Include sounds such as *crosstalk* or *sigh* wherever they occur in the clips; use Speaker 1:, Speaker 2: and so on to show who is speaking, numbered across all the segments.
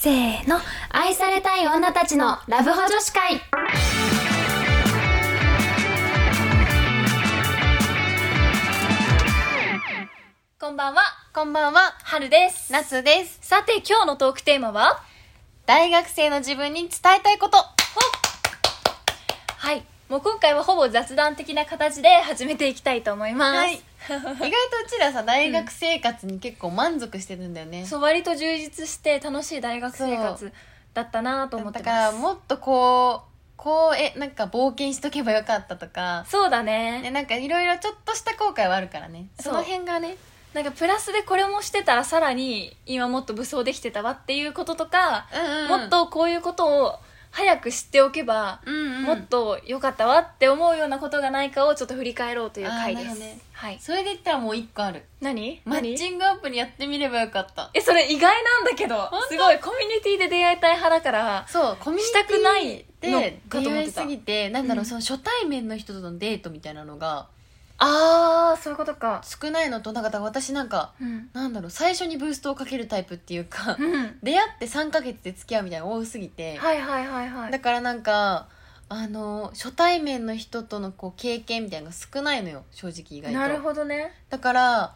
Speaker 1: せーの愛されたい女たちのラブホ女子会
Speaker 2: こんばんは、
Speaker 3: こんばんは、
Speaker 2: 春です。
Speaker 3: 夏です。
Speaker 2: さて、今日のトークテーマは
Speaker 3: 大学生の自分に伝えた
Speaker 2: *laughs*
Speaker 3: いこと。
Speaker 2: はい。もう今回はほぼ雑談的な形で始めていきたいと思います。
Speaker 3: はい。意外とうちらさ、大学生活に結構満足してるんだよね。
Speaker 2: そう、割と充実して楽しい大学生活だったなと思って
Speaker 3: だ
Speaker 2: ま
Speaker 3: か
Speaker 2: す。
Speaker 3: ら、もっとこう、こう、え、なんか冒険しとけばよかったとか、
Speaker 2: そうだね
Speaker 3: ね、なんかいろいろちょっとした後悔はあるからね。
Speaker 2: そ
Speaker 3: そうの辺がね、
Speaker 2: なんかプラスでこれもしてたらさらに今もっと武装できてたわっていうこととか、も
Speaker 3: も
Speaker 2: っ
Speaker 3: っと、
Speaker 2: とこういうことを早く知っておけば、も
Speaker 3: も
Speaker 2: っ
Speaker 3: っと、
Speaker 2: と良かったわって思うようなことがないかをちょっと振り返ろうという回で
Speaker 3: あーな
Speaker 2: す。
Speaker 3: るほどね
Speaker 2: はい。
Speaker 3: それで言ったらもう一個ある。
Speaker 2: 何
Speaker 3: マッ
Speaker 2: 何
Speaker 3: チングアプリやってみればよかった。
Speaker 2: えそれ意外なんだけど
Speaker 3: 本当
Speaker 2: すごいコミュニティで出会いたい派だから
Speaker 3: そう、コミュニ
Speaker 2: したくない
Speaker 3: ティで
Speaker 2: のかと
Speaker 3: 出
Speaker 2: 思っ
Speaker 3: 会
Speaker 2: て
Speaker 3: い
Speaker 2: た
Speaker 3: すぎて、なんだ
Speaker 2: う
Speaker 3: ろ
Speaker 2: ん
Speaker 3: う、その初対面の人とのデートみたいなのが
Speaker 2: ああそういうことか
Speaker 3: 少ないのと、なんかだから私なんか、
Speaker 2: うん
Speaker 3: なんだろう最初にブーストをかけるタイプっていうか
Speaker 2: うん
Speaker 3: 出会って3ヶ月で付き合うみたいなの多すぎて、
Speaker 2: はいはいはいはい
Speaker 3: だからなんかあの初対面の人とのこう経験みたいなのが少ないのよ正直意外と
Speaker 2: なるほどね
Speaker 3: だから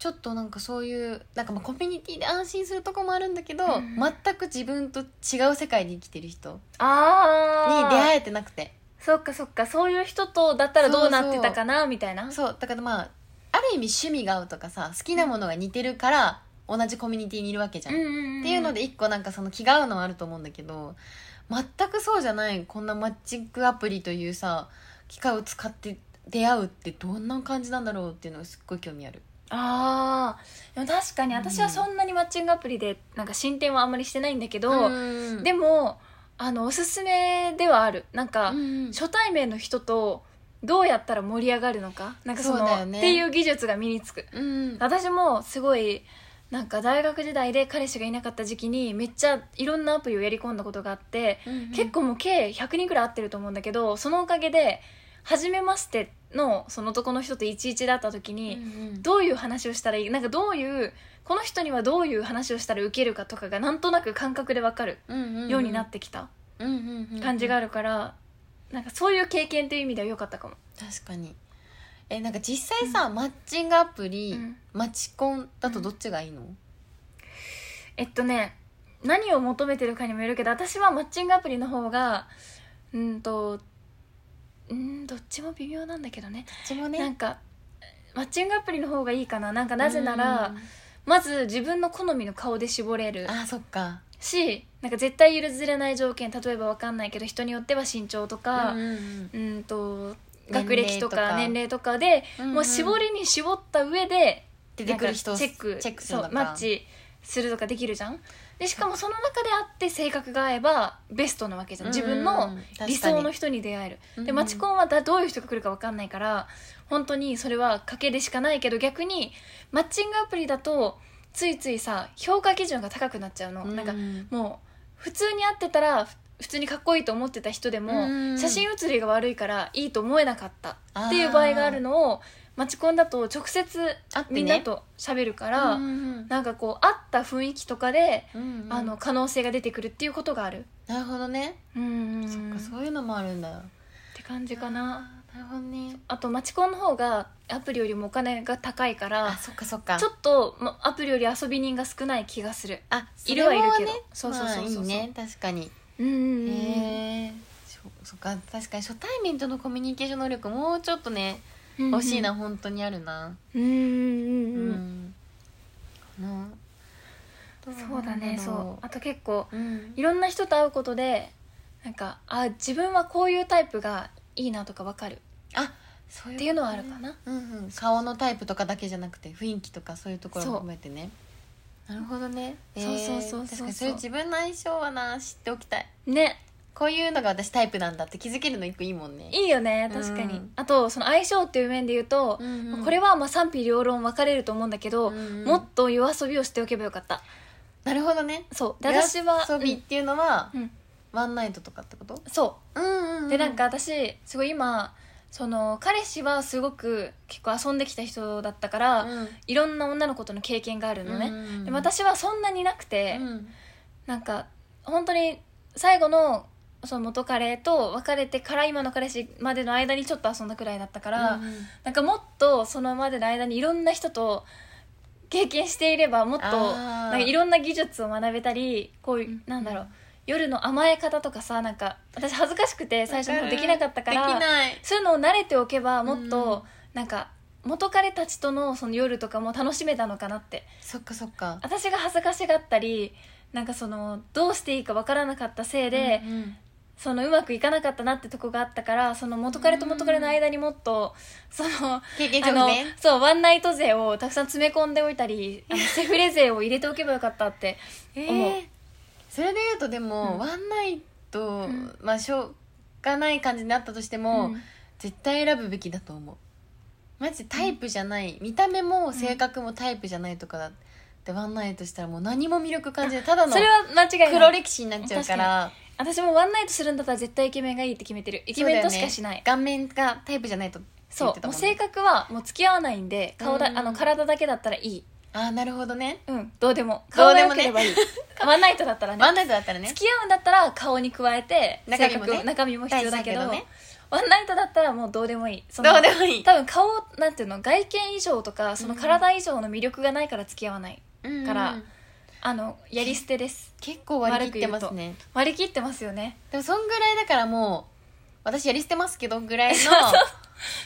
Speaker 3: ちょっとなんかそういうなんかまあコミュニティで安心するとこもあるんだけど、
Speaker 2: うん
Speaker 3: 全く自分と違う世界に生きてる人に出
Speaker 2: ああ
Speaker 3: 会えてなくて
Speaker 2: そっかそっかそういう人とだったらどうなってたかなみたいな
Speaker 3: そうだからまあある意味趣味が合うとかさ好きなものが似てるから同じコミュニティにいるわけじゃん、
Speaker 2: っ
Speaker 3: っていうので一個なんかその気が合うのはあると思うんだけど全くそうじゃないこんなマッチングアプリというさ機械を使って出会うってどんな感じなんだろうっていうのがすっごい興味ある
Speaker 2: ああでも確かに私はそんなにマッチングアプリでなんか進展はあんまりしてないんだけど、
Speaker 3: うん
Speaker 2: でもあのおすすめではあるなんか、
Speaker 3: うん
Speaker 2: 初対面の人とどうやったら盛り上がるのかなんかその
Speaker 3: そうだよね
Speaker 2: っていう技術が身につく
Speaker 3: うん
Speaker 2: 私もすごいなんか大学時代で彼氏がいなかった時期にめっちゃいろんなアプリをやり込んだことがあって、結構もう計100人ぐらい会ってると思うんだけどそのおかげで初めましてのその男の人と11だった時
Speaker 3: うん
Speaker 2: に、
Speaker 3: うん
Speaker 2: どういう話をしたらいいなんかどういうこの人にはどういう話をしたらウケるかとかがなんとなく感覚でわかる
Speaker 3: うんうん
Speaker 2: ようになってきた
Speaker 3: うんうんうん
Speaker 2: 感じがあるから、なんかそういう経験という意味では良かったかも。
Speaker 3: 確かにえなんか実際さマッチングアプリ
Speaker 2: うん
Speaker 3: マチコンだとどっちがいいの
Speaker 2: えっとね何を求めてるかにもよるけど私はマッチングアプリの方がうんとうんどっちも微妙なんだけどね
Speaker 3: 私も
Speaker 2: なんかマッチングアプリの方がいいかななんかなぜならまず自分の好みの顔で絞れる
Speaker 3: あそっか
Speaker 2: しなんか絶対譲れない条件例えばわかんないけど人によっては身長とか
Speaker 3: うんうん
Speaker 2: うんと
Speaker 3: 年齢とか
Speaker 2: 学歴とか年齢とかで
Speaker 3: うんうん
Speaker 2: もう絞りに絞った上で
Speaker 3: 出てくる人
Speaker 2: な
Speaker 3: を
Speaker 2: んかチェック
Speaker 3: チェックす
Speaker 2: そ
Speaker 3: る
Speaker 2: う
Speaker 3: のか
Speaker 2: マッチするとかできるじゃんでしかもその中であって性格が合えばベストなわけじゃん自分
Speaker 3: うんうん
Speaker 2: の
Speaker 3: うん確かに
Speaker 2: 理想の人に出会える、
Speaker 3: うんう
Speaker 2: で
Speaker 3: ん
Speaker 2: マチコンはだどういう人が来るか分かんないから本当にそれは賭けでしかないけど逆にマッチングアプリだとついついさ評価基準が高くなっちゃうの、なんかもう普通に会ってたらふ普通にかっこいいと思ってた人でも、
Speaker 3: うん
Speaker 2: 写真写りが悪いからいいと思えなかったっていう場合があるのをマチコンだと直接
Speaker 3: あーあってね
Speaker 2: みんなと喋るから、
Speaker 3: うんうん
Speaker 2: なんかこう会った雰囲気とかで、
Speaker 3: うんうん
Speaker 2: あの可能性が出てくるっていうことがある
Speaker 3: なるほどね、
Speaker 2: うん
Speaker 3: そっか
Speaker 2: っ
Speaker 3: そういうのもあるんだよ
Speaker 2: て感じかな
Speaker 3: なるほどね
Speaker 2: あとマチコンの方がアプリよりもお金が高いか
Speaker 3: あ
Speaker 2: ら
Speaker 3: そっかそっか
Speaker 2: ちょっと、ま、アプリより遊び人が少ない気がする
Speaker 3: あ
Speaker 2: いるはいるけど
Speaker 3: それも
Speaker 2: そうそ
Speaker 3: ね
Speaker 2: うそうそうそう
Speaker 3: まあいいね確かに
Speaker 2: うんうんうん
Speaker 3: へえそそっか確かに初対面とのコミュニケーション能力もうちょっとね
Speaker 2: うんうん
Speaker 3: 欲しいな、本当にあるな
Speaker 2: うんうんう
Speaker 3: う
Speaker 2: んうん
Speaker 3: ん、などなん
Speaker 2: そうだねそうあと結構
Speaker 3: う、うん、
Speaker 2: いろんな人と会うことでなんかあ自分はこういうタイプがいいなとかわかる
Speaker 3: あそうい
Speaker 2: っ
Speaker 3: う
Speaker 2: ていうのはあるか
Speaker 3: な、
Speaker 2: な
Speaker 3: うんうん、顔のタイプとかだけじゃなくて雰囲気とかそういうところも含めてねなるほどね、
Speaker 2: そうそうそうそうそう
Speaker 3: 確かにそういう自分の相性はな知っておきたい
Speaker 2: ね
Speaker 3: こういうのが私タイプなんだって気づけるの一個いいもんねい、
Speaker 2: いいよね確かに、
Speaker 3: うん
Speaker 2: あとその相性っていう面で言うと、
Speaker 3: うんうん
Speaker 2: これはまあ賛否両論分かれると思うんだけど、
Speaker 3: うんうん
Speaker 2: もっと夜遊びをしておけばよかった
Speaker 3: なるほどね
Speaker 2: そうで私は
Speaker 3: 遊びっていうのは、
Speaker 2: うんうん
Speaker 3: ワンナイトとかってこと
Speaker 2: そ
Speaker 3: うん
Speaker 2: うでなんか私すごい今その彼氏はすごく結構遊んできた人だったから、
Speaker 3: うん
Speaker 2: いろんな女の子との経験があるのね、
Speaker 3: うんうんうん
Speaker 2: でも私はそんなになくて、
Speaker 3: うん
Speaker 2: なんか本当に最後のその元彼と別れてから今の彼氏までの間にちょっと遊んだくらいだったから、なんかもっとそのまでの間にいろんな人と経験していればもっと
Speaker 3: あー
Speaker 2: なんかいろんな技術を学べたりこういうなんだろう夜の甘え方とかさなんか私恥ずかしくて最初の方できなかったから
Speaker 3: できない
Speaker 2: そういうのを慣れておけばもっ
Speaker 3: うん
Speaker 2: となんか元彼たちとのその夜とかも楽しめたのかなって
Speaker 3: そっかそっか
Speaker 2: 私が恥ずかしがったりなんかそのどうしていいかわからなかったせいで、
Speaker 3: うんうん
Speaker 2: そのうまくいかなかったなってとこがあったからその元彼と元彼の間にもっとその
Speaker 3: 経験
Speaker 2: あ
Speaker 3: 上
Speaker 2: の
Speaker 3: ね
Speaker 2: そうワンナイト勢をたくさん詰め込んでおいたりあのセフレ勢を入れておけばよかったって思う、
Speaker 3: えーそれで言うとでも、
Speaker 2: うん
Speaker 3: ワンナイト、
Speaker 2: ん
Speaker 3: まあしょうがない感じになったとしても、
Speaker 2: うん
Speaker 3: 絶対選ぶべきだと思うマジでタイプじゃない、見た目も性格もタイプじゃないとかだってワンナイトしたらもう何も魅力感じないただの
Speaker 2: それは間違い
Speaker 3: 黒
Speaker 2: ない
Speaker 3: 歴史になっちゃうから
Speaker 2: 私もワンナイトするんだったら絶対イケメンがいいって決めてるイケメンとしかしない
Speaker 3: 顔面がタイプじゃないとって
Speaker 2: そ
Speaker 3: 言
Speaker 2: う,、
Speaker 3: ってた
Speaker 2: も
Speaker 3: も
Speaker 2: うん
Speaker 3: ね
Speaker 2: 性格はもう付き合わないんで顔だ、
Speaker 3: うん
Speaker 2: あの体だけだったらいい
Speaker 3: ああなるほどね
Speaker 2: うんどうでも
Speaker 3: ど
Speaker 2: 顔が
Speaker 3: うで
Speaker 2: 良
Speaker 3: も
Speaker 2: け
Speaker 3: ね
Speaker 2: ればいい、 *laughs* ワンナイトだったらね
Speaker 3: ワンナイトだったらね
Speaker 2: 付き合うんだったら顔に加えて
Speaker 3: 中身もね
Speaker 2: 性格中身も必要だけど
Speaker 3: 大事だけどね
Speaker 2: ワンナイトだったらもうどうでもいいその
Speaker 3: どうでもいい
Speaker 2: 多分顔なんていうの外見以上とかその体以上の魅力がないから付き合わない、
Speaker 3: うん
Speaker 2: からあのやり捨てです
Speaker 3: 結構割り切ってますね
Speaker 2: 割り切ってますよね
Speaker 3: でもそんぐらいだからもう私やり捨てますけど
Speaker 2: *laughs*
Speaker 3: ぐらいの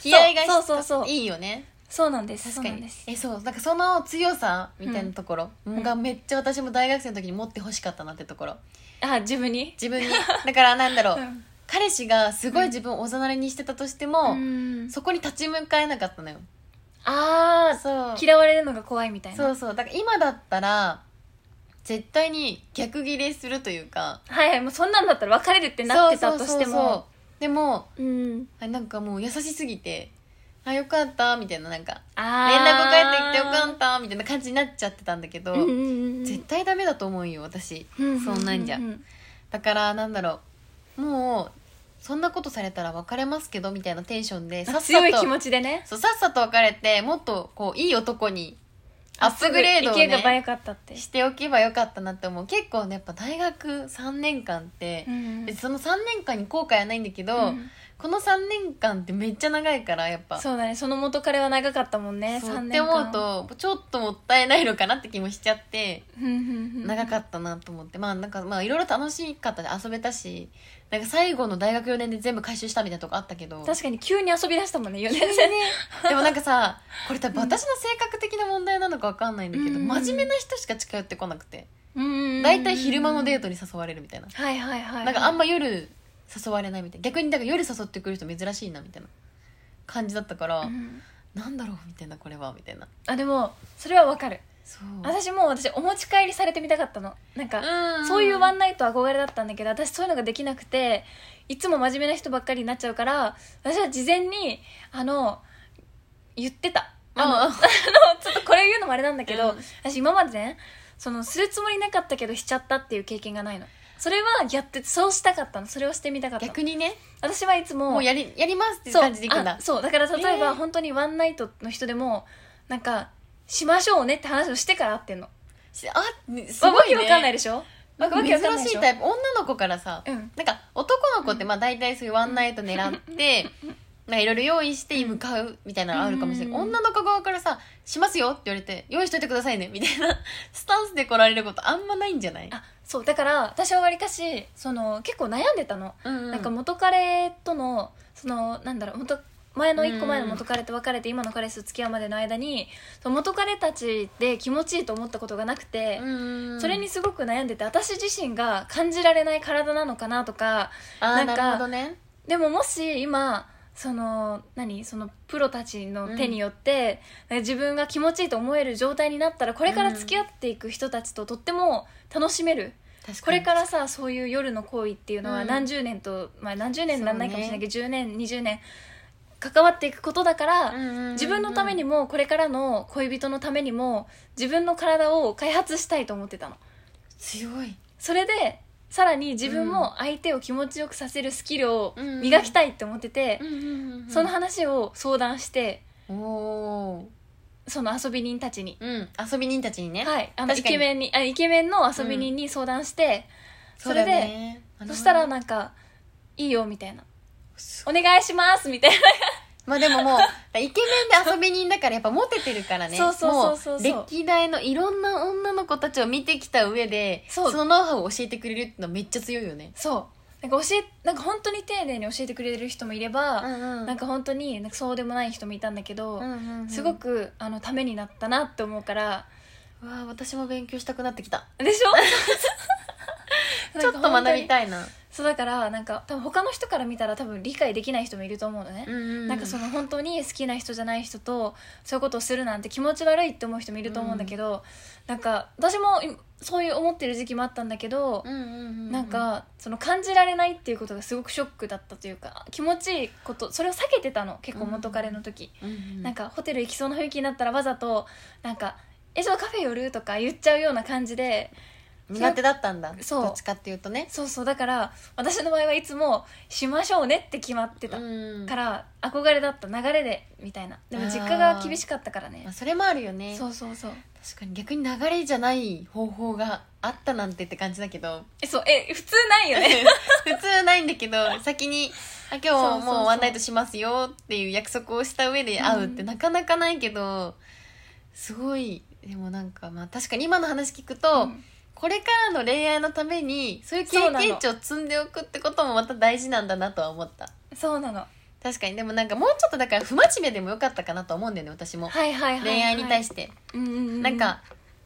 Speaker 3: 気合が
Speaker 2: そうそうそうそう
Speaker 3: いいよね
Speaker 2: そうなんです
Speaker 3: 確
Speaker 2: そ
Speaker 3: か
Speaker 2: うなん
Speaker 3: に
Speaker 2: です
Speaker 3: えそうなんかその強さみたいなところ
Speaker 2: ん
Speaker 3: がめっちゃ私も大学生の時に持ってほしかったなってところ
Speaker 2: あ自分に
Speaker 3: 自
Speaker 2: *laughs*
Speaker 3: 分にだからなんだろう、
Speaker 2: うん
Speaker 3: 彼氏がすごい自分をおざなりにしてたとしても、
Speaker 2: うん
Speaker 3: そこに立ち向かえなかったのよ
Speaker 2: ああ
Speaker 3: そう
Speaker 2: 嫌われるのが怖いみたいな
Speaker 3: そうそうだから今だったら絶対に逆ギレするというか
Speaker 2: はいはいもうそんなんだったら別れるってなってたとしても
Speaker 3: そうそうそうそうでも
Speaker 2: うん
Speaker 3: あなんかもう優しすぎて「あよかった」みたいななんか「
Speaker 2: あ
Speaker 3: 連絡返ってきてよ
Speaker 2: か
Speaker 3: かった」みたいな感じになっちゃってたんだけど、
Speaker 2: うんうんうん
Speaker 3: 絶対ダメだと思うよ私、
Speaker 2: うん
Speaker 3: そんなんじゃ、
Speaker 2: うう
Speaker 3: だからなんだろうもうそんなことされたら別れますけどみたいなテンションでさっさ
Speaker 2: 強い気
Speaker 3: と
Speaker 2: 持ちでね
Speaker 3: そうさっさと別れてもっとこういい男にアップグレードを、
Speaker 2: すぐ行けばよ
Speaker 3: ね、
Speaker 2: かったって
Speaker 3: しておけばよかったなって思う結構ねやっぱ大学3年間って、
Speaker 2: うん
Speaker 3: 別にその3年間に後悔はないんだけど、
Speaker 2: うん
Speaker 3: この3年間ってめっちゃ長いからやっぱ
Speaker 2: そうだねその元彼は長かったもんね
Speaker 3: そう
Speaker 2: 3
Speaker 3: っ
Speaker 2: 年
Speaker 3: て
Speaker 2: 間
Speaker 3: 思うとちょっともったいないのかなって気もしちゃって長
Speaker 2: 長
Speaker 3: かったなと思ってまあなんかまあいろいろ楽しかったで遊べたしなんか最後の大学4年で全部回収したみたいなとこあったけど
Speaker 2: 確かに急に遊び出したも *laughs* んね4年
Speaker 3: に
Speaker 2: 生
Speaker 3: ねでもなんかさこれ多分私の性格的な問題なのか分かんないんだけ
Speaker 2: う
Speaker 3: ど、
Speaker 2: ん
Speaker 3: 真面目な人しか近寄ってこなくて
Speaker 2: うん
Speaker 3: 大体昼間のデートに誘われるみたいな、
Speaker 2: はいはいはい
Speaker 3: なんかあんま夜誘われないみたいな逆にだから夜誘ってくる人珍しいなみたいな感じだったから、
Speaker 2: うん
Speaker 3: なんだろうみたいなこれはみたいな
Speaker 2: あでもそれはわかる
Speaker 3: そう
Speaker 2: 私も私お持ち帰りされてみたかったのなんか
Speaker 3: う
Speaker 2: そういうワ
Speaker 3: ン
Speaker 2: ンナイト憧れだったんだけど私そういうのができなくていつも真面目な人ばっかりになっちゃうから私は事前にあの言ってたあの
Speaker 3: あ
Speaker 2: *laughs* ちょっとこれ言うのもあれなんだけど、
Speaker 3: うん
Speaker 2: 私今までねそのするつもりなかったけどしちゃったっていう経験がないのそれはやってそうしたかったのそれをしてみたかったの
Speaker 3: *laughs* 逆にね
Speaker 2: 私はいつも
Speaker 3: もうやりやりますっていう
Speaker 2: そう
Speaker 3: 感じでいくんだ
Speaker 2: あそうだから例えば、
Speaker 3: えー
Speaker 2: 本当にワンナイトの人でもなんかしましょうねって話をしてから会ってんの
Speaker 3: しあねす
Speaker 2: わ
Speaker 3: ごい、ね、
Speaker 2: けわかんないでしょわ
Speaker 3: なんか
Speaker 2: けわかんない
Speaker 3: 珍
Speaker 2: で
Speaker 3: し
Speaker 2: し
Speaker 3: い
Speaker 2: ょ
Speaker 3: タイプ女の子からさ、
Speaker 2: うん
Speaker 3: なんか男の子ってまあ大体そういうワンナイト狙って、なんかいろいろ用意して向かうみたいなのあるかもしれない、
Speaker 2: うん
Speaker 3: 女の子側からさ「しますよ」って言われて「用意しといてくださいね」みたいな *laughs* スタンスで来られることあんまないんじゃない
Speaker 2: あそうだから私はわりかしその結構悩んでたの、
Speaker 3: な
Speaker 2: なんか元彼とのそのなんだろう元前の1個前の元彼と別れて今の彼氏と付き合うまでの間にその元彼たちで気持ちいいと思ったことがなくて、それにすごく悩んでて私自身が感じられない体なのかなとか
Speaker 3: あ
Speaker 2: な
Speaker 3: ーなん
Speaker 2: か
Speaker 3: るほどね
Speaker 2: でももし今その何そのプロたちの手によって、自分が気持ちいいと思える状態になったらこれから付き合っていく人たちととっても楽しめる、
Speaker 3: 確かに
Speaker 2: これからさそういう夜の行為っていうの
Speaker 3: う
Speaker 2: は
Speaker 3: ん
Speaker 2: 何十年と、まあ、何十年にならないかもしれないけど、10年20年関わっていくことだから、
Speaker 3: うんうんうんうん
Speaker 2: 自分のためにもこれからの恋人のためにも自分の体を開発したいと思ってたの
Speaker 3: 強い
Speaker 2: それでさらに自分も相手を気持ちよくさせるスキルを
Speaker 3: うんうん
Speaker 2: 磨きたいって思ってて、
Speaker 3: うんうんうんうん
Speaker 2: その話を相談して
Speaker 3: おお
Speaker 2: その遊び人たちに。
Speaker 3: うん遊び人たちにね、
Speaker 2: はい。あの、イ
Speaker 3: 確かに
Speaker 2: ケメンに、あ、イケメンの遊び人に相談して、
Speaker 3: そうだよねあの
Speaker 2: そしたらなんか、いいよ、みたいな。
Speaker 3: す
Speaker 2: お願いします、みたい
Speaker 3: まあでも
Speaker 2: *laughs*
Speaker 3: もうイケメンで遊び人だからやっぱモテてるからね
Speaker 2: そうそうそうそうそう
Speaker 3: も歴代のいろんな女の子たちを見てきた上で
Speaker 2: そう
Speaker 3: のノウハウを教えてくれるってのはめっちゃ強いよね
Speaker 2: な。そう。なんか教え、なんか本当に丁寧に教えてくれる人もいれば、
Speaker 3: ん
Speaker 2: なんか本当になんかそうでもない人もいたんだけど、す
Speaker 3: す
Speaker 2: ご
Speaker 3: ごく
Speaker 2: くあのためになったなって思うから
Speaker 3: うわあ私も勉強したくなってきた
Speaker 2: で
Speaker 3: *laughs*
Speaker 2: しょ
Speaker 3: ちょっと学び
Speaker 2: い
Speaker 3: たいな
Speaker 2: そうだからなんか多分他の人から見たら多分理解できない人もいると思うのね、
Speaker 3: な
Speaker 2: なんかその本当に好きな人じゃない人とそういうことをするなんて気持ち悪いって思う人もいると思うんだけど、なんか私もいそういう思ってる時期もあったんだけど、なんかその感じられないっていうことがすごくショックだったというか気持ちいいことそれを避けてたの結構元彼の時、なん
Speaker 3: か
Speaker 2: かホテル行きそうな雰囲気になったらわざとなんか「えちょっとカフェ寄る?」とか言っちゃうような感じで
Speaker 3: 苦手だったんだ
Speaker 2: そう
Speaker 3: どっちかっていうとね
Speaker 2: そうそうだから私の場合はいつも「しましょうね」って決まってた、
Speaker 3: うん
Speaker 2: から憧れだった流れでみたいなでも実家が厳しかったからね
Speaker 3: まあそれもあるよね
Speaker 2: そうそうそう
Speaker 3: 確かに逆に流れじゃない方法があったなんてって感じだ
Speaker 2: *laughs*
Speaker 3: けど
Speaker 2: えそうえ普通ないよ *laughs* ね
Speaker 3: 普通ないんだけど先に
Speaker 2: そう
Speaker 3: あ「
Speaker 2: そう
Speaker 3: 今日
Speaker 2: そう
Speaker 3: もうワンナイトしますよ」っていう約束をした上で会うって
Speaker 2: うん
Speaker 3: なかなかないけどすごいでもなんかまあ確かに今の話聞くと、
Speaker 2: うん
Speaker 3: これからの恋愛のためにそういう経
Speaker 2: そうなの
Speaker 3: 験値を積んでおくってこともまた大事なんだなとは思った
Speaker 2: そうなの
Speaker 3: 確かにでもなんかもうちょっとだから不真面目でもよかったかなと思うんだよね私も、
Speaker 2: はいはいはい、はい、
Speaker 3: 恋愛に対
Speaker 2: して、
Speaker 3: して、
Speaker 2: うんうんうん、
Speaker 3: なんか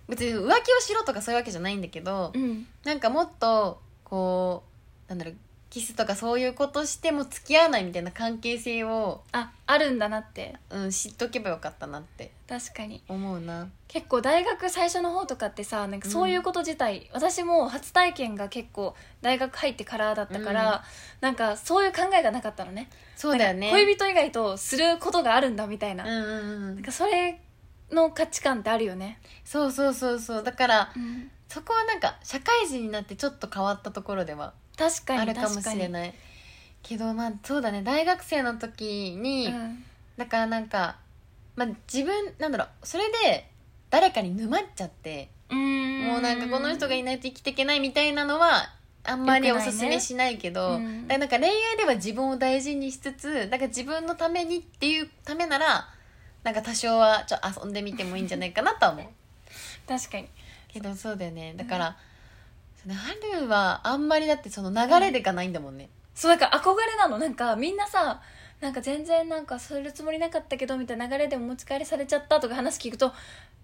Speaker 3: 別に浮気をしろとかそういうわけじゃないんだけど、
Speaker 2: うん
Speaker 3: なんかもっとこうなんだろうキスとかそういうことしても付き合わないみたいな関係性を、
Speaker 2: ああるんだなって
Speaker 3: うん、知っとけばよかったなって
Speaker 2: 確かに
Speaker 3: 思うな
Speaker 2: 結構大学最初の方とかってさなんかそういうこと自体、私も初体験が結構大学入ってからだったから、
Speaker 3: うん
Speaker 2: なんかそういう考えがなかったのね
Speaker 3: そうだよね
Speaker 2: 恋人以外とすることがあるんだみたいな,、
Speaker 3: うんうんう
Speaker 2: なん
Speaker 3: ん
Speaker 2: かそれの価値観ってあるよね、
Speaker 3: そうそうそうそうだから
Speaker 2: うん、
Speaker 3: そこはなんか社会人になってちょっと変わったところでは
Speaker 2: 確かに
Speaker 3: あるかもしれ
Speaker 2: い、
Speaker 3: ないけどまあそうだね大学生の時に、
Speaker 2: うん
Speaker 3: だからなんか、まあ、自分なんだろうそれで誰かに沼っちゃってもうなんかこの人がいないと生きていけないみたいなのはあんまり
Speaker 2: 良く
Speaker 3: お
Speaker 2: ないね
Speaker 3: すすめしないけど
Speaker 2: うん
Speaker 3: だからなんか恋愛では自分を大事にしつつなんか自分のためにっていうためならなんか多少はちょっと遊んでみてもいいんじゃないかなとは
Speaker 2: *laughs*
Speaker 3: 思う
Speaker 2: 確かに
Speaker 3: けどそうだよねだから、春はあんまりだってその流れでがないんだもんね、
Speaker 2: そうなんか憧れなのなんかみんなさなんか全然なんかするつもりなかったけどみたいな流れでお持ち帰りされちゃったとか話聞くと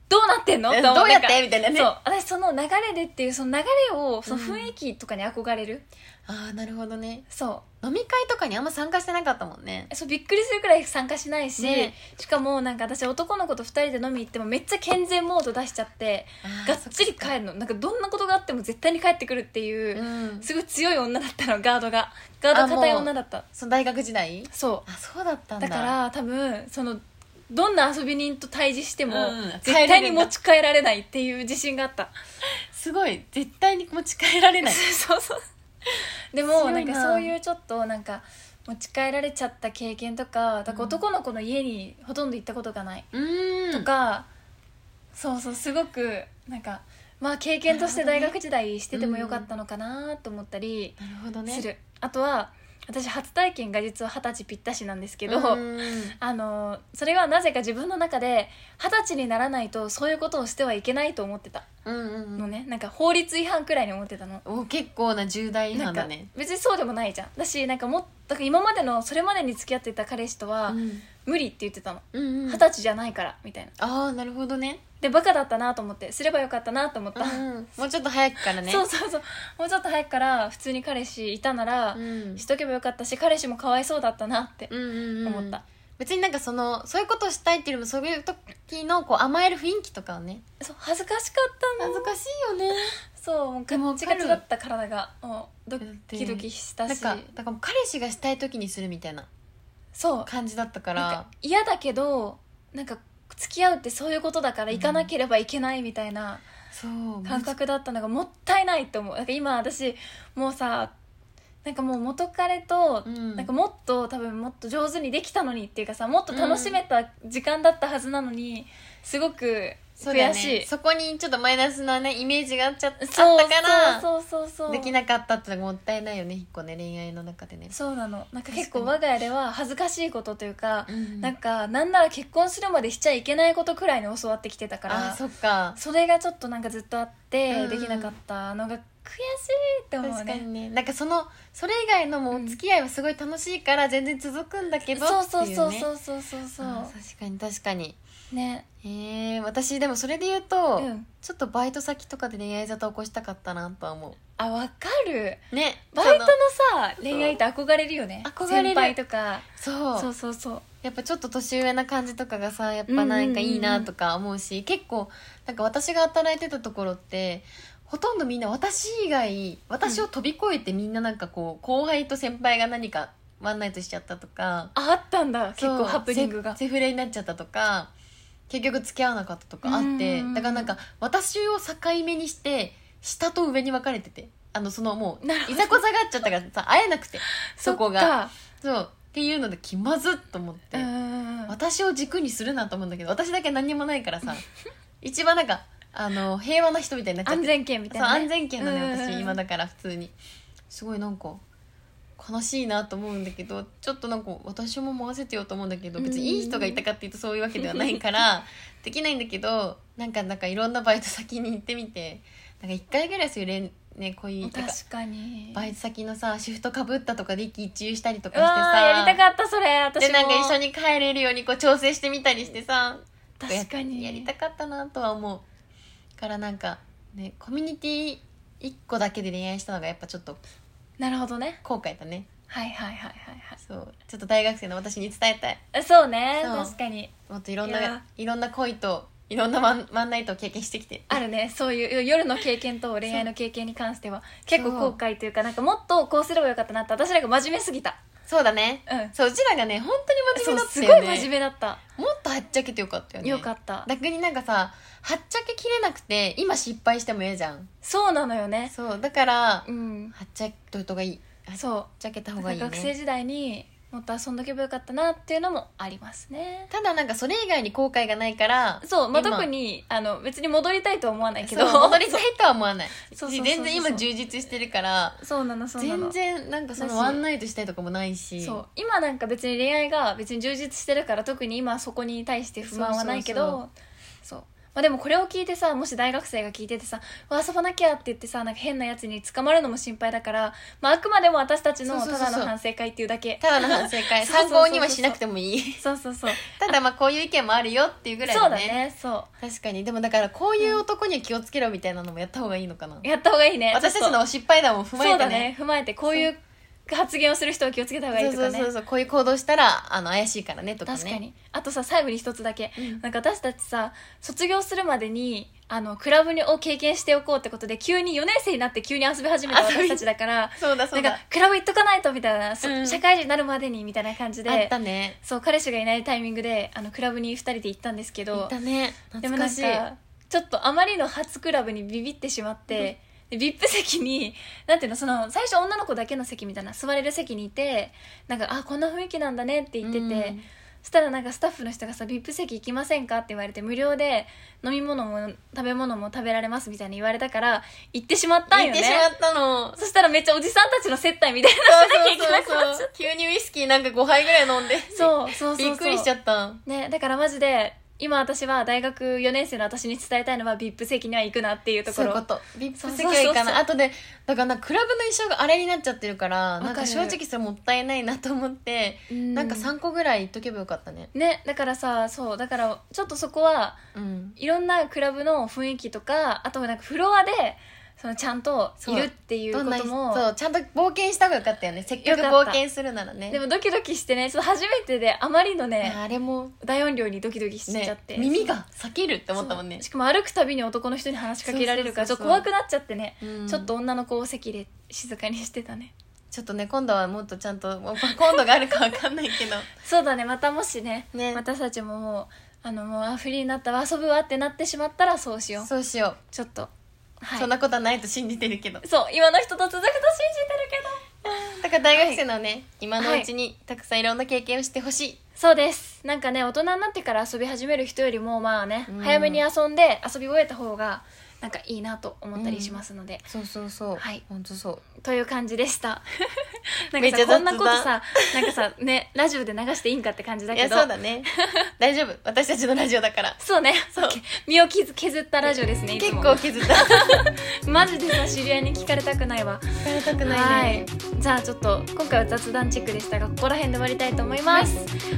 Speaker 2: どうなってんの
Speaker 3: え
Speaker 2: と思
Speaker 3: どうやっ
Speaker 2: なんか
Speaker 3: てみたいなね
Speaker 2: そう私その流れでっていうその流れをその雰囲気とかに憧れる、
Speaker 3: ああなるほどね
Speaker 2: そ
Speaker 3: 飲み会とかにあんま参加してなかったもんね
Speaker 2: うそうびっくりするくらい参加しないし、
Speaker 3: ね
Speaker 2: しかもなんか私男の子と2人で飲み行ってもめっちゃ健全モード出しちゃって
Speaker 3: あー
Speaker 2: がっちり帰るのなんかどんなことがあっても絶対に帰ってくるっていう、
Speaker 3: うん
Speaker 2: すごい強い女だったのガードがガード硬い女だった
Speaker 3: その大学時代
Speaker 2: そう
Speaker 3: あそうだったんだ
Speaker 2: だから多分そのどんな遊び人と対峙しても、
Speaker 3: うん
Speaker 2: 絶対
Speaker 3: 帰れ
Speaker 2: に
Speaker 3: るんだ
Speaker 2: 持ち帰られないっていう自信があった
Speaker 3: すごい絶対に持ち帰ら
Speaker 2: *laughs*
Speaker 3: れない
Speaker 2: そうそうで
Speaker 3: 強
Speaker 2: もないん
Speaker 3: な
Speaker 2: かそういうちょっとなんか持ち帰られちゃった経験とかだから男の子の家にほとんど行ったことがない、
Speaker 3: うん
Speaker 2: とかそうそうすごくなんかまあ経験として
Speaker 3: な
Speaker 2: 大
Speaker 3: るほどね
Speaker 2: 学時代しててもよかったのかなと思ったり
Speaker 3: なるほどね
Speaker 2: する、あとは私初体験が実は二十歳ぴったしなんですけ
Speaker 3: け
Speaker 2: ど、
Speaker 3: ど
Speaker 2: あのそれはなぜか自分の中で二十歳にならないとそういうことをしてはいけないと思ってたのね、なんか法律違反くらいに思ってたの
Speaker 3: お結構な重大違
Speaker 2: な
Speaker 3: 反
Speaker 2: んか
Speaker 3: だね
Speaker 2: 別にそうでもないじゃんだしなんかもっだから今までのそれまでに付き合ってた彼氏とは無理って言ってたの二十
Speaker 3: あ
Speaker 2: 歳じゃないからみたいな
Speaker 3: あーなるほどね
Speaker 2: でバカだったなと思ってすればよかったなと思った、
Speaker 3: もうちょっと早くから
Speaker 2: *laughs*
Speaker 3: ね
Speaker 2: そうそうそうもうちょっと早くから普通に彼氏いたなら、
Speaker 3: うん
Speaker 2: しとけばよかったし彼氏もかわいそうだったなって
Speaker 3: うんうんうん
Speaker 2: 思った、
Speaker 3: 別になんかそのそういうことをしたいっていうよりもそういう時のこう甘える雰囲気とかをね
Speaker 2: そう恥ずかしかったの
Speaker 3: 恥ずかしいよね
Speaker 2: そうもうガ
Speaker 3: でも
Speaker 2: ッ
Speaker 3: わ
Speaker 2: チ
Speaker 3: か
Speaker 2: ガ
Speaker 3: る
Speaker 2: チだった体がもうドキドキした
Speaker 3: なん
Speaker 2: し
Speaker 3: かだからもう彼氏がしたい時にするみたいな
Speaker 2: そう
Speaker 3: 感じだったか
Speaker 2: なん
Speaker 3: ら
Speaker 2: か嫌だけどなんか付き合うってそういうことだから行かなければいけないみたいな
Speaker 3: そう
Speaker 2: 感覚だったのがもったいないと思うなんか今私もうさなんかもう元彼と
Speaker 3: うん
Speaker 2: なんかもっと多分もっと上手にできたのにっていうかさもっと楽しめた時間だったはずなのに、すごく
Speaker 3: そうだよ
Speaker 2: 悔
Speaker 3: ね
Speaker 2: しい。
Speaker 3: そこにちょっとマイナスなねイメージがあっちゃあった
Speaker 2: そう
Speaker 3: から
Speaker 2: そうそうそうそう
Speaker 3: できなかったってのがもったいないよね一個ね恋愛の中でね
Speaker 2: そうなのなんか結構
Speaker 3: 確かに
Speaker 2: 我が家では恥ずかしいことというか、
Speaker 3: うん
Speaker 2: なんかなんなら結婚するまでしちゃいけないことくらいに教わってきてたから
Speaker 3: あそっか
Speaker 2: それがちょっとなんかずっとあって、
Speaker 3: うん
Speaker 2: できなかったのが悔しいって思う
Speaker 3: 確かに
Speaker 2: ね
Speaker 3: ねなんかそのそれ以外のもうお付き合いはすごい楽しいから全然続くんだけど
Speaker 2: そうそう
Speaker 3: ってい
Speaker 2: そう
Speaker 3: ね
Speaker 2: そうそうそうそ
Speaker 3: あー確かに確かに
Speaker 2: うね
Speaker 3: えー、私でもそれで言うと、
Speaker 2: うん
Speaker 3: ちょっとバイト先とかで恋愛沙汰起こしたかったなとは思
Speaker 2: あわかる
Speaker 3: うね
Speaker 2: バイトの
Speaker 3: の
Speaker 2: さ恋愛って憧れるよね
Speaker 3: そう憧れる
Speaker 2: 先輩とか
Speaker 3: そう
Speaker 2: そうそうそう
Speaker 3: やっぱちょっと年上な感じとかがさやっぱなんかいいなとか思うし、結構なんか私が働いてたところってほとんどみんな私以外私を飛び越えてみんななんかこう後輩と先輩が何かワンナイトしちゃったとか
Speaker 2: ああったんだ結
Speaker 3: そ
Speaker 2: 構
Speaker 3: う
Speaker 2: ハプニングが
Speaker 3: セセフレになっちゃったとか結局付き合わなかったとかあって、
Speaker 2: うん
Speaker 3: だからなんか私を境目にして下と上に分かれててあのそのも
Speaker 2: なるほ
Speaker 3: ういざこざがあっちゃったからさ会えなくてそこが
Speaker 2: が
Speaker 3: そうっていうので気まずっと思って。
Speaker 2: うんうんうん
Speaker 3: 私を軸にするなと思うんだけど私だけ何にもないから
Speaker 2: *laughs*
Speaker 3: さ一番なんかあの平和な人みたいになっちゃっ
Speaker 2: 安
Speaker 3: て
Speaker 2: 全圏みたい
Speaker 3: そう
Speaker 2: なね
Speaker 3: 安全圏なのよ
Speaker 2: うんうんう
Speaker 3: 私
Speaker 2: ん
Speaker 3: 今だから普通にすごいなんか悲しいなと思うんだけどちょっとなんか私も回せてよと思うんだけど別にいい人がいたかっていうとそういうわけではないから
Speaker 2: *laughs*
Speaker 3: できないんだけどなんかなんかいろんなバイト先に行ってみてなんか1回ぐらいそういう恋ね恋とか
Speaker 2: 確かに
Speaker 3: バイト先のさシフトかぶったとかで一喜一憂したりとか
Speaker 2: う
Speaker 3: して
Speaker 2: わ
Speaker 3: さ
Speaker 2: ーやりたかったそれ私も
Speaker 3: でなんか一緒に帰れるようにこう調整してみたりしてさ
Speaker 2: 確かに
Speaker 3: ややりたかったなとは思うからなんかねコミュニティ一個だけで恋愛したのがやっぱちょっと
Speaker 2: なるほどね
Speaker 3: 後悔だね
Speaker 2: はいはいはいはいはい
Speaker 3: そうちょっと大学生の私に伝えたい
Speaker 2: あそうね
Speaker 3: そう
Speaker 2: 確かに
Speaker 3: もっといろん
Speaker 2: い
Speaker 3: な
Speaker 2: や
Speaker 3: いろんな恋といろんなワンワンナイトを経験してきて
Speaker 2: あるねそういう夜の経験と恋愛の経験に関しては結構後悔というかなんかもっとこうすればよかったなって私らが真面目すぎた
Speaker 3: そうだね
Speaker 2: うん
Speaker 3: そううちらがね本当
Speaker 2: そう
Speaker 3: に真面目だった
Speaker 2: す
Speaker 3: よ
Speaker 2: ごい
Speaker 3: ね
Speaker 2: 真面目だった
Speaker 3: もっとはっちゃけてよかったよね
Speaker 2: よかった
Speaker 3: 逆になんかさはっちゃけきれなくて今失敗しても嫌じゃん
Speaker 2: そうなのよね
Speaker 3: そうだから
Speaker 2: うん
Speaker 3: はっちゃけといた方がいいはっ
Speaker 2: そ
Speaker 3: ちゃけた
Speaker 2: う
Speaker 3: 方がいいね
Speaker 2: 学生時代にもっと遊んどけばよかったなっていうのもありますね
Speaker 3: ただなんかそれ以外に後悔がないから
Speaker 2: そう、まあ、
Speaker 3: 今
Speaker 2: 特にあの別に戻りたいとは思わないけど
Speaker 3: そう戻りたいとは思わない
Speaker 2: そうそうそうそう
Speaker 3: 全然今充実してるから
Speaker 2: *laughs* そうなのそうなの
Speaker 3: 全然なんかそのワンナイトしたいとかもないし
Speaker 2: そう今なんか別に恋愛が別に充実してるから特に今そこに対して不満はないけど
Speaker 3: そ
Speaker 2: そうう
Speaker 3: そう
Speaker 2: まあ、でもこれを聞いてさもし大学生が聞いててさ「うわ遊ばなきゃ」って言ってさなんか変なやつに捕まるのも心配だから、まあ、あくまでも私たちの
Speaker 3: そうそう
Speaker 2: た
Speaker 3: そうそう
Speaker 2: だの反省会っていうだけ
Speaker 3: ただの反省
Speaker 2: *laughs*
Speaker 3: 会
Speaker 2: そうそうそうそ
Speaker 3: 参
Speaker 2: う
Speaker 3: 考にはしなくてもいい
Speaker 2: そうそうそう
Speaker 3: ただまあこういう意見もあるよっていうぐらい
Speaker 2: そう
Speaker 3: だ
Speaker 2: だ
Speaker 3: ね
Speaker 2: ねそ
Speaker 3: 確かにでもだからこういう男には気をつけろみたいなのもやった方がいいのかな、
Speaker 2: うやった方がいいね
Speaker 3: 私た
Speaker 2: ちょ
Speaker 3: ち
Speaker 2: っと
Speaker 3: の失敗談も踏ま
Speaker 2: そ
Speaker 3: え
Speaker 2: う
Speaker 3: て
Speaker 2: だ
Speaker 3: ね
Speaker 2: ね踏まえてこういう発言をする人は気をつけた方がいいと
Speaker 3: そ
Speaker 2: か
Speaker 3: う
Speaker 2: ね
Speaker 3: そうそうそうこういう行動したらあの怪しいからねとかね
Speaker 2: 確かにあとさ最後に一つだけ、
Speaker 3: うん
Speaker 2: なんか私たちさ卒業するまでにあのクラブを経験しておこうってことで急に4年生になって急に遊び始めた
Speaker 3: 遊
Speaker 2: 私
Speaker 3: び
Speaker 2: たちだから
Speaker 3: そうだそ
Speaker 2: な
Speaker 3: うんだ
Speaker 2: かクラブ行っとかないとみたいな、そ
Speaker 3: うん
Speaker 2: 社会人になるまでにみたいな感じ
Speaker 3: あっ
Speaker 2: で
Speaker 3: たね
Speaker 2: そう彼氏がいないタイミングであのクラブに2人で行ったんですけ
Speaker 3: 行
Speaker 2: ど
Speaker 3: ったね
Speaker 2: で
Speaker 3: 懐
Speaker 2: もな
Speaker 3: か
Speaker 2: ん
Speaker 3: しい
Speaker 2: かちょっとあまりの初クラブにビビってしまって、でビップ席になんていうのその最初女の子だけの席みたいな座れる席にいてなんかあこんな雰囲気なんだねって言ってて、
Speaker 3: うん
Speaker 2: そしたらなんかスタッフの人がさ「VIP 席行きませんか?」って言われて無料で飲み物も食べ物も食べられますみたいに言われたから行ってしまったんよ
Speaker 3: 行って
Speaker 2: ね
Speaker 3: しまったの
Speaker 2: そしたらめっちゃおじさんたちの接待みたい
Speaker 3: そうそうそ
Speaker 2: な
Speaker 3: う
Speaker 2: のしなきゃいけなくなっち
Speaker 3: そ
Speaker 2: ゃ
Speaker 3: う急にウイスキーなんか5杯ぐらい飲んで
Speaker 2: う *laughs* そうそうそう
Speaker 3: びっくりしちゃった
Speaker 2: ねだからマジで今私は大学4年生の私に伝えたいのは VIP 席には行くなっていうとこ
Speaker 3: そういう
Speaker 2: ろ
Speaker 3: ことビップ
Speaker 2: そうそう
Speaker 3: 席
Speaker 2: そう
Speaker 3: はいいかなあとでだからなんかクラブの衣装があれになっちゃってるから
Speaker 2: わかる
Speaker 3: なんか正直それもったいないなと思って
Speaker 2: うん
Speaker 3: なんか3個ぐらい言っとけばよかったね
Speaker 2: ねだからさそうだからちょっとそこは
Speaker 3: うん
Speaker 2: いろんなクラブの雰囲気とかあとはなんかフロアでそのちゃんといるっていう
Speaker 3: どん
Speaker 2: こ
Speaker 3: な
Speaker 2: とも
Speaker 3: そうちゃんと冒険した方がよかったよねせっかく
Speaker 2: よかっ
Speaker 3: 冒
Speaker 2: た
Speaker 3: 険するならね
Speaker 2: でもドキドキしてねちょっと初めてであまりの
Speaker 3: ね
Speaker 2: ね
Speaker 3: あれも
Speaker 2: 大音量にドキドキしちゃ
Speaker 3: ね
Speaker 2: って、
Speaker 3: 耳が裂けるって思ったもんね
Speaker 2: しかも歩くたびに男の人に話しかけられるからち
Speaker 3: そう
Speaker 2: ょっ
Speaker 3: そ
Speaker 2: と
Speaker 3: うそうそう
Speaker 2: 怖くなっちゃってね、
Speaker 3: うん
Speaker 2: ちょっと女の子を席で静かにしてたね
Speaker 3: ちょっとね今度はもっとちゃんと *laughs* もう今度があるかわかんないけど
Speaker 2: そうだねまたもしね
Speaker 3: ね
Speaker 2: 私たちももうあのもうあフリーになったわ遊ぶわってなってしまったらそうしよう
Speaker 3: そうしよ
Speaker 2: ちょっと
Speaker 3: う
Speaker 2: はい
Speaker 3: そんなことはないと信じてるけど
Speaker 2: そう今の人と続くと信じてるけど
Speaker 3: *laughs* だからが大学生のね、今のうちにたくさんいろんな経験をしてほしい、
Speaker 2: そうですなんかね大人になってから遊び始める人よりもまあね、
Speaker 3: うん
Speaker 2: 早めに遊んで遊び終えた方がなんかいいなと思ったりしますので、
Speaker 3: そうそうそう
Speaker 2: はい
Speaker 3: 本当そう
Speaker 2: という感じでした
Speaker 3: *laughs*
Speaker 2: なん
Speaker 3: めっ
Speaker 2: か
Speaker 3: ちゃ
Speaker 2: さ
Speaker 3: 雑
Speaker 2: こ
Speaker 3: 談
Speaker 2: んなことさなんかさねラジオで流していいんかって感じだ
Speaker 3: い
Speaker 2: け
Speaker 3: や
Speaker 2: ど
Speaker 3: そうだね大丈夫私たちのラジオだ *laughs* から
Speaker 2: そうね
Speaker 3: そう
Speaker 2: OK 身を削削ったラジオですねいつ
Speaker 3: 結
Speaker 2: も
Speaker 3: 構削った *laughs* 疲
Speaker 2: マジでさ知り合いに聞かれたくないわ
Speaker 3: れたくな
Speaker 2: はいい、
Speaker 3: ね
Speaker 2: じゃあちょっと今回は雑談チェックでしたがここら辺で終わりたいと思います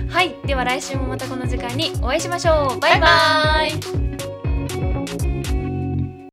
Speaker 2: はい、では来週もまたこの時間にお会いしましょうバイバイ